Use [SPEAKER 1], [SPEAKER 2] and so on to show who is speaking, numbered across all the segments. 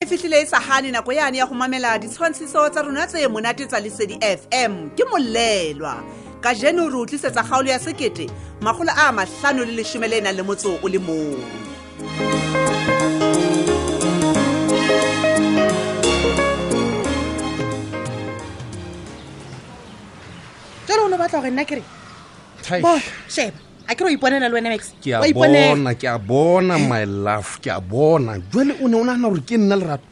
[SPEAKER 1] e fitlhile e sa gane nako yane ya go mamela ditshwantshiso tsa rona tse monate tsa lesedi fm ke molelwa ka jeno re utlisetsa kgaolo ya sekete magolo a matlhano le lesome le e nang le motso o le mong
[SPEAKER 2] jalo o ne o batla gore nna kere
[SPEAKER 3] Thai,
[SPEAKER 2] bona sheba a kere o iponela le wena max
[SPEAKER 3] ke a
[SPEAKER 2] Wa
[SPEAKER 3] bona ke a bona my love ke a bona jale o ne o nagana gore ke nna lerato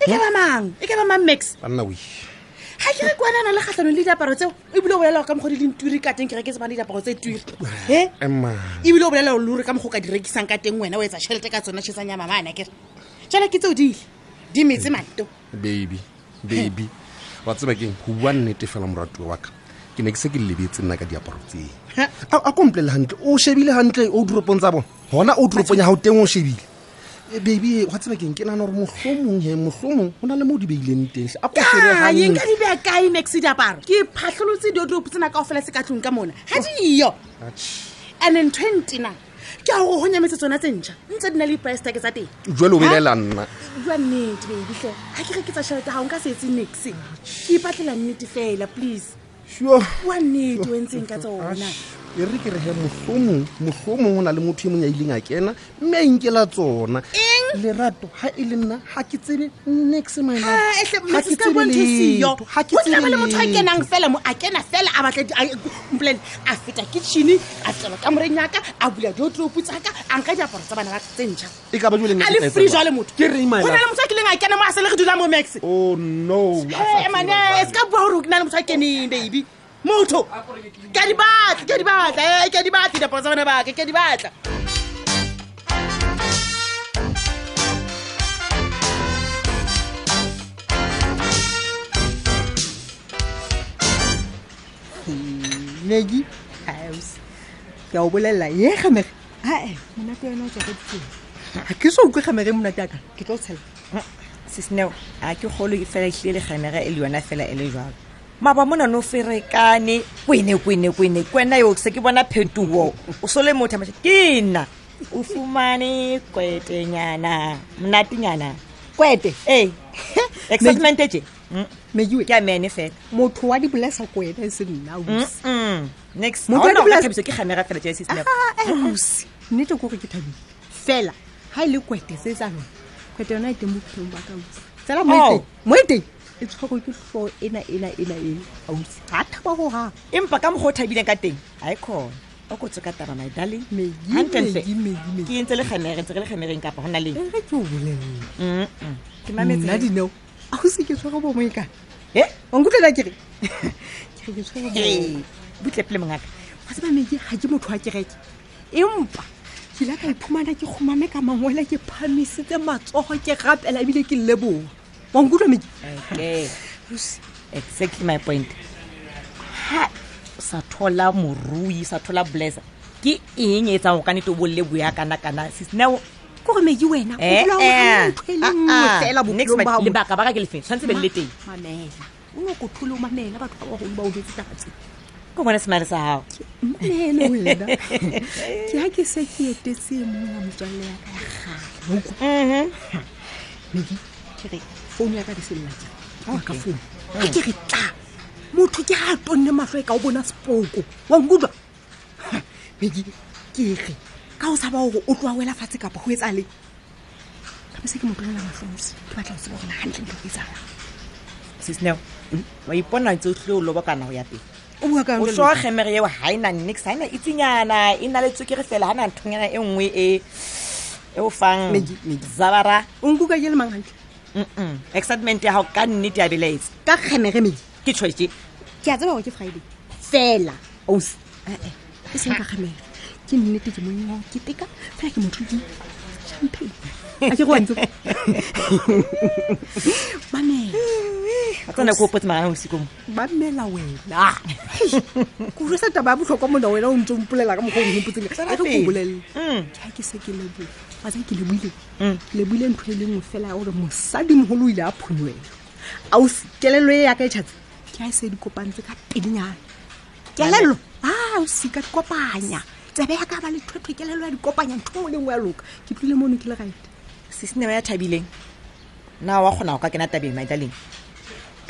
[SPEAKER 2] e ka ba mang e ka ba mang max
[SPEAKER 3] banna we
[SPEAKER 2] ga ke re kwanana le kgatlhanong le diaparo tseo ebile o bolela ka mokgwa di leng turi ka teng ke reke tsebang le diaparo tse turi e
[SPEAKER 3] emma
[SPEAKER 2] ebile o bolela le ore ka mokgwa o ka di rekisang ka teng wena o etsa tšhelete ka tsona tšhetsang ya mamane kere jale ke tseo di ile di metse mato
[SPEAKER 3] baby baby
[SPEAKER 2] Eh?
[SPEAKER 3] wa tseba keng go bua nnete fela moratuwa wa ka ke ne ke se ke lebetse nna ka diaparo tseng
[SPEAKER 2] Ha.
[SPEAKER 3] a a ko mpolele hantle o shebile hantle o dropong tsa bona gona o dropong ya gao teng o shebile Eh, baby wa tseba keng ke nagana gore mohlomong he mohlomong go na le mo o di beileng teng hle. a ko shebe
[SPEAKER 2] kae
[SPEAKER 3] hantle.
[SPEAKER 2] nka Ah, di beya kae max diaparo ke phatlholotse diodopo tsena kao fela se ka tlong ka mona ga diyo
[SPEAKER 3] Atjhe.
[SPEAKER 2] and-e ntho e ntena ke a gore go nyametse tsona tse ntšha ntse di na le price tag tsa teng
[SPEAKER 3] jwale o belela nna
[SPEAKER 2] bua nnete babytle ga ke re ke tsa tšhelete ga o nka se etse nix ke ipatlela nnete fela please
[SPEAKER 3] Sure.
[SPEAKER 2] bua nnete o ntseng ka tsona
[SPEAKER 3] Ash, e re ke re he mohlomong mohlomong go na le motho e mong ya ileng a kena mme a inkela tsona
[SPEAKER 2] Eng?
[SPEAKER 3] lerato ga e le nna ga ke tsebe nex my love.
[SPEAKER 2] Ah, ehle,
[SPEAKER 3] Ha
[SPEAKER 2] Max,
[SPEAKER 3] ke
[SPEAKER 2] se ka
[SPEAKER 3] tsebe
[SPEAKER 2] bua ntho e siyo.
[SPEAKER 3] letho, ha ke
[SPEAKER 2] Ho tla
[SPEAKER 3] tsebe
[SPEAKER 2] be le motho a
[SPEAKER 3] letho.
[SPEAKER 2] kenang fela mo a kena fela a batla di- a- mpolelle, a feta kitšhene a tsela ka moreng yaka a bula diotropo tsaka a nka diaparo tsa bana ba tse ntšha
[SPEAKER 3] e ka ba jwale nna
[SPEAKER 2] a
[SPEAKER 3] ke tla
[SPEAKER 2] le
[SPEAKER 3] etsa
[SPEAKER 2] free
[SPEAKER 3] jwang?
[SPEAKER 2] jale motho
[SPEAKER 3] Ke reng, my
[SPEAKER 2] Ho na le
[SPEAKER 3] love?
[SPEAKER 2] motho a kileng a kena mo a se le re dula mo max
[SPEAKER 3] oh no a sa
[SPEAKER 2] Hey,
[SPEAKER 3] tseba
[SPEAKER 2] mane
[SPEAKER 3] jwale.
[SPEAKER 2] e se ka bua gore o na le motho a keneng baby motho ke a di batla ke a di batla eh, ke a di batla diaparo tsa bana baka ke a di batla
[SPEAKER 4] legi house ke a o bolelela ye gamege ae monate yone o tswaka ditsela ga ke so utlwe gamege monate aka ke tlo o tshela
[SPEAKER 5] sesneo a ke kgolo e fela ehlile le kgamega e le yona fela e le jalo maba monane o ferekane kwene kwene kwene kwena yo se ke bona phetogo o sole motho ma ke nna o fumane kwetenyana monatenyana
[SPEAKER 4] kwete
[SPEAKER 5] ee excitement je Mm,
[SPEAKER 4] mejiwe
[SPEAKER 5] ke a mene fela
[SPEAKER 4] motho wa dipolesa ko wena e se nna ausi
[SPEAKER 5] Mm, next
[SPEAKER 4] Motho
[SPEAKER 5] Ha hona
[SPEAKER 4] a
[SPEAKER 5] hore
[SPEAKER 4] dipolasi-
[SPEAKER 5] thabiso ke kgamega fela je
[SPEAKER 4] Ah,
[SPEAKER 5] sesneo
[SPEAKER 4] eh. ausi nnete kore ke thabile fela ga e le kwete se tsa lona kwete yona e teng bophelong ba ka ausi fela mo e
[SPEAKER 5] Oh.
[SPEAKER 4] teng- mo e teng e tshwako ke tlho ena ena ena ena ausi ga thaba gogang
[SPEAKER 5] empa ka mokgwa o thabileng ka teng ga e kgona o kotse ka taba my darling
[SPEAKER 4] Megi,
[SPEAKER 5] Hantlentle.
[SPEAKER 4] megi, megi, megi.
[SPEAKER 5] ke entse le kgamere ntse re le kgamereng kapa go na leng
[SPEAKER 4] e re ke o bolelele
[SPEAKER 5] Mm, mm. ke
[SPEAKER 4] nna
[SPEAKER 5] mametse
[SPEAKER 4] dineo ausi ke tshware bomo e kana
[SPEAKER 5] he?
[SPEAKER 2] Eh?
[SPEAKER 4] onkutlela kere kere ke tshware bomo
[SPEAKER 5] Ee, butle pele mongaka
[SPEAKER 4] wa tseba meke ga ke motho wa kereke empa ke la ka iphumana ke kgomame ka mangwela ke phamisitse matsogo ke rapela ebile ke leboa wankutlwa meke
[SPEAKER 5] okay Eh, exactly my point ha o sa thola morui o sa thola blesser ke eng e etsang go ka nete o bolle boya kana-kana sisneo
[SPEAKER 4] ke gore meke wena o
[SPEAKER 5] Eh,
[SPEAKER 4] dula o gana ntho e le
[SPEAKER 5] Ah,
[SPEAKER 4] nngwe fela bophelong ba hao.
[SPEAKER 5] lebaka baka ke lefeng tshwanetse be le le teng
[SPEAKER 4] mamela o ne kothole o mamela batho ba bagolo ba o jetse tagatse
[SPEAKER 5] ko bone semare sa gago
[SPEAKER 4] mmele wena ke ga ke se ke etetse mong wa motswalle ya ka ya gale o meki ke re founu ya ka di selela ke ka founu ke ke re tla motho ke ga tonne matlho e ka o bona sepoko wa nkutlwa meki ke re ka o sa ba gore o tloa wela fatshe kapa go e tsale gape se ke mo tlolela matlhomosi ke batla go seba gona gantle ntlo go e tsala
[SPEAKER 5] sisneo Mm. wa ipona ntse o tlile o lobo kana go ya teng
[SPEAKER 4] o bua ka
[SPEAKER 5] o so gemere eo ga ena nix ga ena itsenyana e na le tsokere fela ga na nthonyana e nngwe e e o fang
[SPEAKER 4] Medi- medi.
[SPEAKER 5] zabara
[SPEAKER 4] o nkuka ke le mang gantle
[SPEAKER 5] Mm-mm. excitement ya gago ka nnete a belaetse
[SPEAKER 4] ka kgemere meki
[SPEAKER 5] ke tshwee
[SPEAKER 4] ke a tseba gore ke friday fela osi ee e seng ka gamela ke nnete ke monna ke teka fela ke motho ke champagne a ke go ntse mamela
[SPEAKER 5] a tsena ko opotse marana bosiko mo
[SPEAKER 4] mamela wena ko resa taba ya botlhokwa mona wena o ntse o mpolela ka mokgwa o ngompotseng e re ko
[SPEAKER 5] pele.
[SPEAKER 4] bolelele
[SPEAKER 5] Mm.
[SPEAKER 4] ke ga ke se ke leboe wa tsa ke leboile ke leboile ntho e le nngwe fela ya gore mosadimogolo o ile a phonywela ausi kelelo e yaka e tšhatse ke ga e se dikopantse ka pelenyana kelelo ausi ka dikopanya tsebe ya ka ba le thwethwe kelelo ya dikopanya ntho mo lengwe ya loka ke tlile mono ke le right
[SPEAKER 5] sesinema ya thabileng na wa kgona go ka kena tabeng madaleng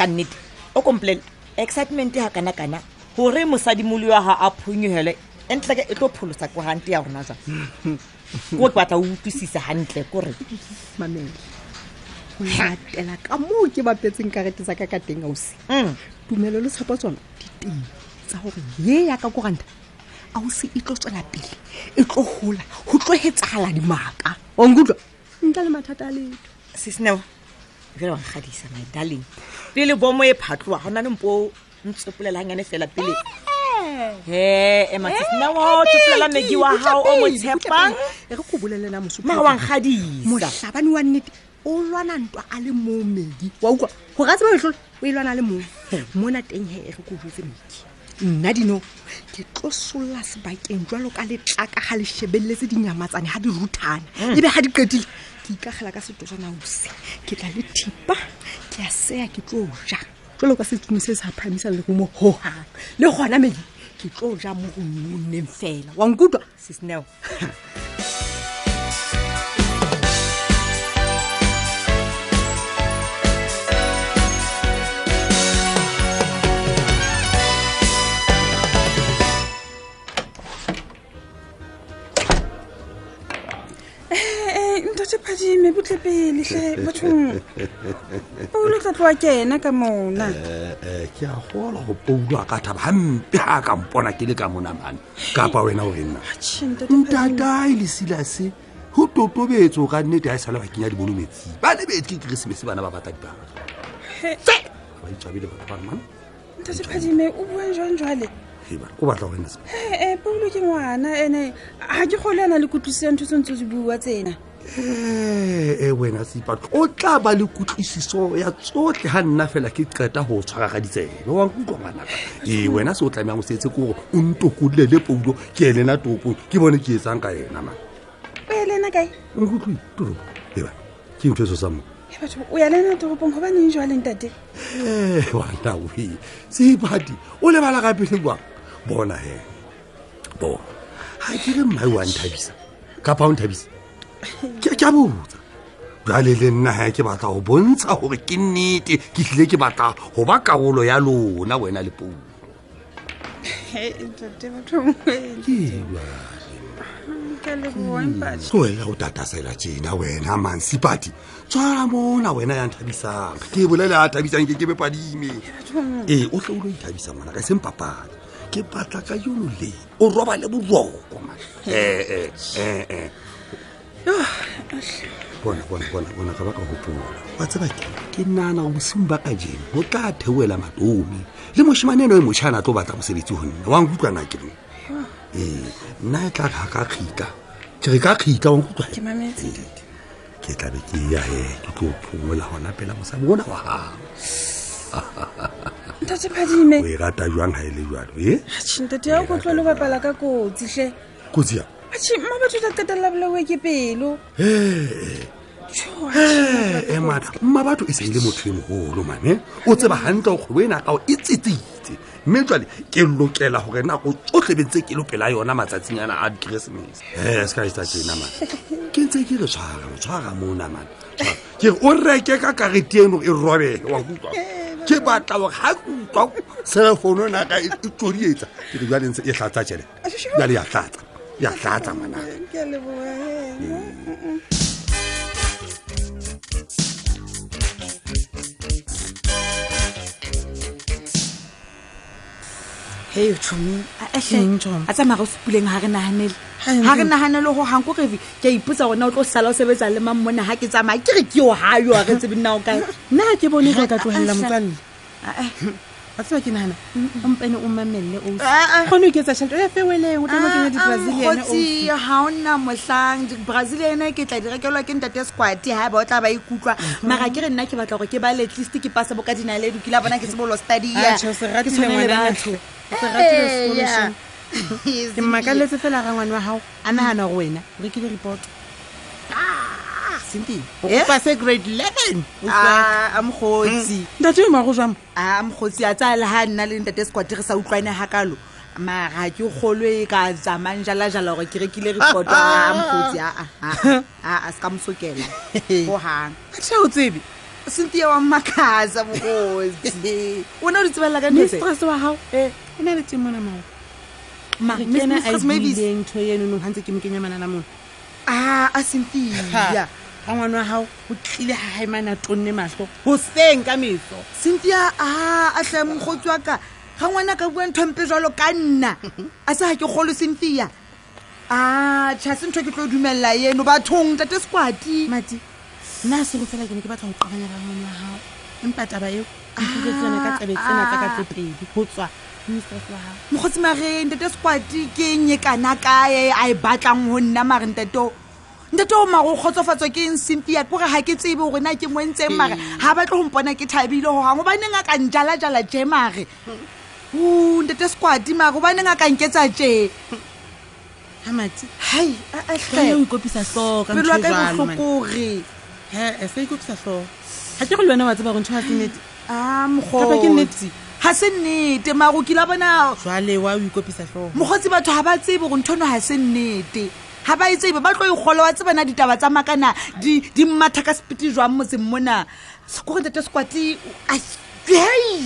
[SPEAKER 5] ka nnete o kompolela excitement ga kana-kana gore mosadimole wa ga a phonyogelwe e ntleke e tlo pholosa ko gante ya rona jang ko ke batla o utlwisisa gantle kore
[SPEAKER 4] mamele o latela ka moo ke bapetseng karete tsa ka ka teng ausi
[SPEAKER 5] Mm.
[SPEAKER 4] tumelo le tshepo tsona di teng tsa gore ye ya ka koranta ausi e tlo tswela pele e tlo gola go tlo hetsagala dimaka onkutlwa ntle le mathata a letho
[SPEAKER 5] sesneo jale wangadisa my darling pele bomo e phatloa ga ona le mpo ntsopolelang fela pele he ema sesneo tsopolela meki wa gago o mo tshepang
[SPEAKER 4] e re go bolelela mosupo
[SPEAKER 5] mara wangadisa
[SPEAKER 4] motlhabane wa nnete o lwana ntwa a le moo medi wa utlwa go ra tseba etlole o e lwana a le moo mona teng he e re ko jetse medi nna dino ke tlo solola sebakeng jwalo ka letlaka ga le shebeletse dinyamatsane ga di ruthana ebe ga di qetile ke ikagela ka setosana ose ke tla le thipa ke a seya ke tlo ja jalo ka setsomi se sa phamisa lerumo hogang le gona medi ke tlo ja mo go nnonneng fela wa nkutlwa
[SPEAKER 5] sesneo
[SPEAKER 6] Eh, ntate phadime butle peletlhe bathong paulo tla tloa kena ka mona
[SPEAKER 7] Eh, ke a gola go poulo a ka thaba gampe ga a ka mpona ke le ka monamane kapa wena o re nna
[SPEAKER 6] Atjhe, ntate Phadime.
[SPEAKER 7] ntatae le selase go totobetso ka nnete a e sale ba kenya dibolo metsing ba lebetse ke keresemese bana ba bata dibaa
[SPEAKER 6] He,
[SPEAKER 7] ba itshabile batho ba remane
[SPEAKER 6] ntate phadime o buang jwang jwale
[SPEAKER 7] o batla go rena se
[SPEAKER 6] ee paulo ke ngwana ene ga ke kgole ana le kutlwisi ya ntho tse ntse di bua tsena
[SPEAKER 7] ee Eh, wena seipatlo o tla ba le kutlwisiso ya tsotlhe ga nna fela ke qeta go tshwara ga ditsebe wa nkutlwa ngwanaka ee wena se o tlameyang o setse ke gore o ntokolole le poulo ke elena topong ke bone ke etsang ka ena man
[SPEAKER 6] o ya lena kae
[SPEAKER 7] nkutlwe toro eba ke ntho eso sa mo
[SPEAKER 6] e batho o ya lena toropong gobaneng jwaleng tate
[SPEAKER 7] Eh, wana we seipati o lebala gapele kwang bona he bona ga ke re mmai wa nthabisa kapa o nthabisa ke ke a botsa jale le nna he ke batla go bontsha gore ke nnete ke tlile ke batla go ba karolo ya lona wena le pou
[SPEAKER 6] He, ntate bathong ka leboampatšhe
[SPEAKER 7] soela go tatasela tjena wena mansepati tshwara mona wena ya nthabisang ke bolele a thabisang ke ke be padime ee o tle o lo ithabisa ngwana ka seng papadi ke batla ka yono le o roba le boroko man. Eh, eh, eh, eh. bona bona bona bona ka baka gopola wa tseba ke ke nana go bosimo ba ka jeno go tla theoela matomi le moshimane eno e motšhana a tlo batla mosebetsi go nna wa nkutlwana ke no ee nna e tla ka ka kgika ke re ka kgika wa nkutlwa
[SPEAKER 6] Ke mametse, ntate.
[SPEAKER 7] ke tlabe ke yae ke tlo phomola gona pela mosadi ona wa gago
[SPEAKER 6] ntate
[SPEAKER 7] o
[SPEAKER 6] phadime
[SPEAKER 7] e rata jwang ga e le jalo e
[SPEAKER 6] atšhe ntate ya o kotlo le bapala ka kotsitlhe
[SPEAKER 7] kotsi ya
[SPEAKER 6] atšhe mma batho tla qetelela bolawe ke pelo
[SPEAKER 7] emata mma batho e seng le motho e mogolo mane o tseba gantle kgwebo e nakao e tsetsitse mme jale ke lokela gore nako tsotlhe be ntse ke lopela yona matsatsing ana a dikeresemese e se ka etsa tena mane ke ntse ke re tshwara o tshwara mona mane tshwara. ke re o reke ka karete eno e robele wa kutlwa ke batla gore ga ke utlwa cellphone naka e e tsodietsa ke re jale ntse e tlatsa tšhelete jale ya tlatsa ya tlatsa manaka
[SPEAKER 6] ke a leboa he.
[SPEAKER 8] hei tšhomi a tsamaya go sepuleng ga re naganele ga re naganele go gang ko refe ke a ipotsa gona o tlo sala o sebetsa le mang mone ga ke tsamaya ke re ke o gayo a re tsebe nnao kae
[SPEAKER 2] nna ha ke bone ka ka tlogelela
[SPEAKER 8] Ahle.
[SPEAKER 2] motsalle
[SPEAKER 8] Ah,
[SPEAKER 2] wa tseba ke nagana ompene o mamelele o kgone o ketsa tšhelete o ya feweleng o tlamo
[SPEAKER 8] Ah,
[SPEAKER 2] kenya di-brazilian
[SPEAKER 8] kgotsi ga o nna motlhang braziliana e ke tla di rekelwa ke ntate squati ga ba o tla ba ikutlwa mara ke re nna ke batla gore ke ba letlist ke pase bo ka dinaledu ke la bona ke sebolo stadia
[SPEAKER 2] Atjhe, o se
[SPEAKER 8] Ke
[SPEAKER 2] ratile
[SPEAKER 8] tshwane le
[SPEAKER 2] ngwana
[SPEAKER 8] batho.
[SPEAKER 2] ratile
[SPEAKER 8] Eh,
[SPEAKER 2] sekolo
[SPEAKER 8] yeah.
[SPEAKER 2] seo. ke mmakaletse fela ra ngwane wa gago a nagana gore wena o rekile report sentie o
[SPEAKER 8] Eh?
[SPEAKER 2] pase grade eleven
[SPEAKER 8] Ah, a mokgotsi
[SPEAKER 2] ntate o mago jwamo
[SPEAKER 8] a Ah, mokgotsi a tsaya le ga nna le ntate sekwate re sa utlwane ga kalo mara ga ke kgolwe e ka tsamang jalajala gore ke rekile repoto Ah, a mokgotsi aa a se ka mosokela gogang
[SPEAKER 2] atšha o tsebe
[SPEAKER 4] sentia wa mmakatsa bokotsi ona o di tsebalela ka ntho tse?
[SPEAKER 5] mistress wa gago
[SPEAKER 4] Eh.
[SPEAKER 5] o na le teng mona mao
[SPEAKER 4] Ma,
[SPEAKER 5] re
[SPEAKER 4] Miss-
[SPEAKER 5] kena a
[SPEAKER 4] Mistress Mavis.
[SPEAKER 5] dileng ntho enonong ga ntse ke mokenya manana mona
[SPEAKER 4] Ah, a cynthia
[SPEAKER 5] ga ngwana wa gago o tlile ga gaemane a tonne matlho goseng ka meso
[SPEAKER 4] cynthia Ah, a a tlha mogotsi wa ka ga ngwana ka bua nthompe jalo ka nna a se ga ke kgolo cynthia a tšha se Ah, ntho e ke tlo dumelela eno bathong tate sekwati
[SPEAKER 5] mati nna a sego fela ke ne ke batla go qabanya ka ngwana wa gago empa taba eo nkutlwe tsone ka tsabe tsena tsa ka tse pedi go tswa mistress wa gago
[SPEAKER 4] mokgotsi mareng tate sekwati ke nye kana kae a e batlang go nna mareng tateo ntate o mare o kgotsofatswa ke eng cynthia kore ga ke tsebe gore na ke mo ntseng mare ga batle go mpona ke thabile gogang gobaneng a ka njalajala je mare o ntate sekwati mare gobaneng a ka nketsa je
[SPEAKER 5] ga mati
[SPEAKER 4] hai
[SPEAKER 5] kae o
[SPEAKER 4] atlhe
[SPEAKER 5] ikopisa tlhogo ka
[SPEAKER 4] pelo ya ka
[SPEAKER 5] ntho e
[SPEAKER 4] e
[SPEAKER 5] jwalo, man.
[SPEAKER 4] botlhokore
[SPEAKER 5] He-eh, se ikopisa tlhogo ga ke go le wena wa tseba gore ntho ga senete
[SPEAKER 4] a
[SPEAKER 5] kapa ke
[SPEAKER 4] mokgotsi
[SPEAKER 5] nnete
[SPEAKER 4] ga se nnete mare o kile wa bona
[SPEAKER 5] jwale wa o ikopisa tlhogo
[SPEAKER 4] mokgotsi batho ga ba tsebe gore ntho eno ga se nnete ga ba e tsebe ba tlo e golo wa tsebana ditaba tsa makana di di mmatha ka sepete jwang motseng mona kore ntate sekwati hei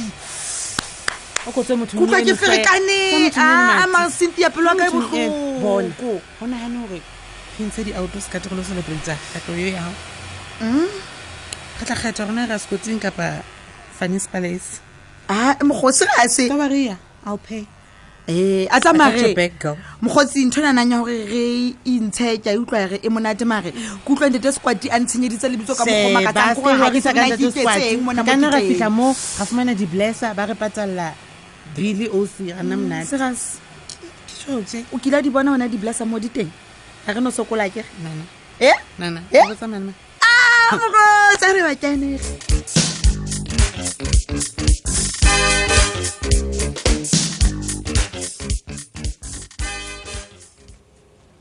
[SPEAKER 5] o kotswe motho
[SPEAKER 4] kutlwa ke ferekane
[SPEAKER 5] Ah,
[SPEAKER 4] a masintia pelo ya ka e botlhoko
[SPEAKER 5] go nagane gore re ntshe di-outlo se ka tigolo celebrata katlo yo yago re tla kgetha rona re a sekotsing kapa funnies palace
[SPEAKER 4] a mokgosi ga se
[SPEAKER 5] ka ba reya i'll pay
[SPEAKER 4] ee a
[SPEAKER 5] I got your
[SPEAKER 4] tsamare
[SPEAKER 5] back, girl.
[SPEAKER 4] mokgotsi ntho nanang ya gore re intshe ke a utlwa re e monate mare ke utlwa ntete sekwati a ntshenyeditse lebitso ka mokgomakatsang gore ga ke tsena ke iketseng mona mo
[SPEAKER 5] nna ra fitlha
[SPEAKER 4] kiteng
[SPEAKER 5] mo ra fumana di-blesser ba re patsalela bile oc ra nna monate
[SPEAKER 4] seras
[SPEAKER 5] Tjotje.
[SPEAKER 4] o kile a di bona gona di-blessa mo diteng ga re no sokola kere
[SPEAKER 5] Nana,
[SPEAKER 4] e
[SPEAKER 5] nana,
[SPEAKER 4] Eh?
[SPEAKER 5] o botsa manna.
[SPEAKER 4] a mokgotsa re bakanege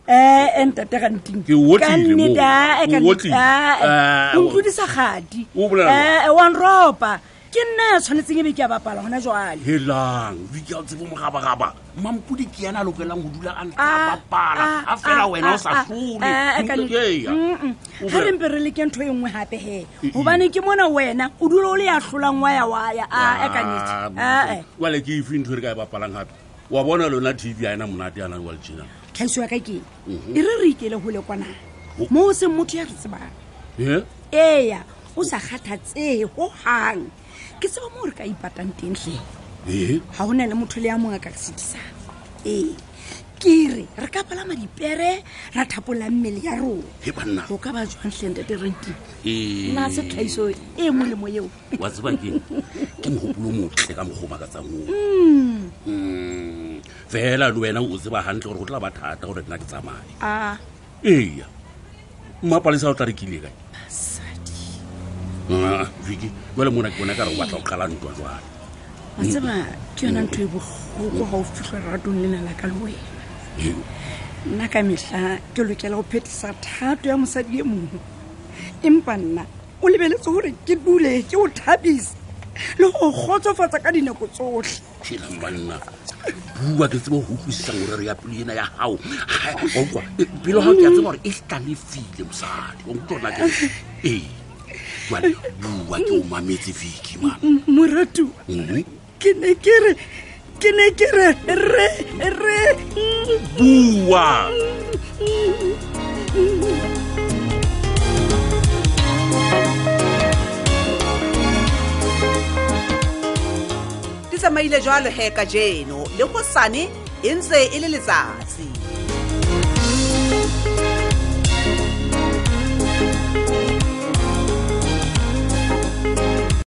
[SPEAKER 9] ee ntate ranting
[SPEAKER 7] Ke otlile
[SPEAKER 9] Ka nnete,
[SPEAKER 7] moo.
[SPEAKER 9] ae, ka
[SPEAKER 7] O
[SPEAKER 9] nnete,
[SPEAKER 7] otlile.
[SPEAKER 9] ae.
[SPEAKER 7] Ah,
[SPEAKER 9] O ntlodisa gadi
[SPEAKER 7] O bolela jwang?
[SPEAKER 9] Eh, wan ropa ke nna ya tshwanetseng e be ke a bapala gona jale
[SPEAKER 7] helang dikea tsebo mogabagaba mampodi ke yana a lokelang go dula a ntse
[SPEAKER 9] Ah,
[SPEAKER 7] a bapala
[SPEAKER 9] ah,
[SPEAKER 7] a fela
[SPEAKER 9] ah,
[SPEAKER 7] wena o
[SPEAKER 9] ah,
[SPEAKER 7] sa tlole
[SPEAKER 9] ah, ah, ka
[SPEAKER 7] Utlwe-
[SPEAKER 9] nnete.
[SPEAKER 7] Eya.
[SPEAKER 9] Mm-mm.
[SPEAKER 7] O
[SPEAKER 9] ga
[SPEAKER 7] bolela-
[SPEAKER 9] re mpe re leke ntho e nngwe gape he
[SPEAKER 7] E- e.
[SPEAKER 9] gobane ke mona wena o dula o le ya tlholang wa ya waya ae ka
[SPEAKER 7] Ah,
[SPEAKER 9] nnete ae
[SPEAKER 7] motho. Jwale ke efe ntho e re ka e bapalang gape wa bona lona tv a ena monate yana le walejena
[SPEAKER 9] tlhaiso ya ka ke
[SPEAKER 7] Mm-hmm.
[SPEAKER 9] e re re ikele go le kwanang
[SPEAKER 7] O-
[SPEAKER 9] mo o seng motho ya re tsebang
[SPEAKER 7] e
[SPEAKER 9] eya o sa kgathatsee gogang ke tseba mo o re ka ipatang teng tlhe
[SPEAKER 7] ee
[SPEAKER 9] ga go na le motho le ya mongwe a ka re sedisang ee ke re re ka palama dipere ra thapolola mmele ya rona
[SPEAKER 7] e banna
[SPEAKER 9] go ka ba jwang tlentete ranting
[SPEAKER 7] Ee.
[SPEAKER 9] nna se tlhaiso e molemo eo
[SPEAKER 7] wa tseba keng ke mogopolo motle ka mokgoma ka tsang oo Mm. fela le wena o tseba gantle gore go tla ba thata gore nna ke tsamaye
[SPEAKER 9] a
[SPEAKER 7] eya mmapalesa o tla rekile kae Ah, viki jale mona ke bona ka re o batla go qala ntwa jwale
[SPEAKER 9] wa tseba ke yona ntho e botlhoko ga o fitlhe ratong lena la ka le wena
[SPEAKER 7] Ee.
[SPEAKER 9] nna ka metlha ke lokela go phethisa thato ya mosadi e mongwe empa nna o lebeletse gore ke dule ke o thabisa le go kgotsofatsa ka dinako tsotlhe
[SPEAKER 7] phelang banna bua ke tseba go utlwisisang gore re ya pelo ena ya gago okwa pelo gago ke a tseba gore e tlalefile mosadi onkutlwa nna ke ee jale bua ke o mametse viki ma
[SPEAKER 9] M- moratu ke ne ke re ke ne ke re re re mm.
[SPEAKER 7] Mm-hmm. bua
[SPEAKER 8] di tsamaile jwalo he ka jeno le go sane e ntse e le letsatsi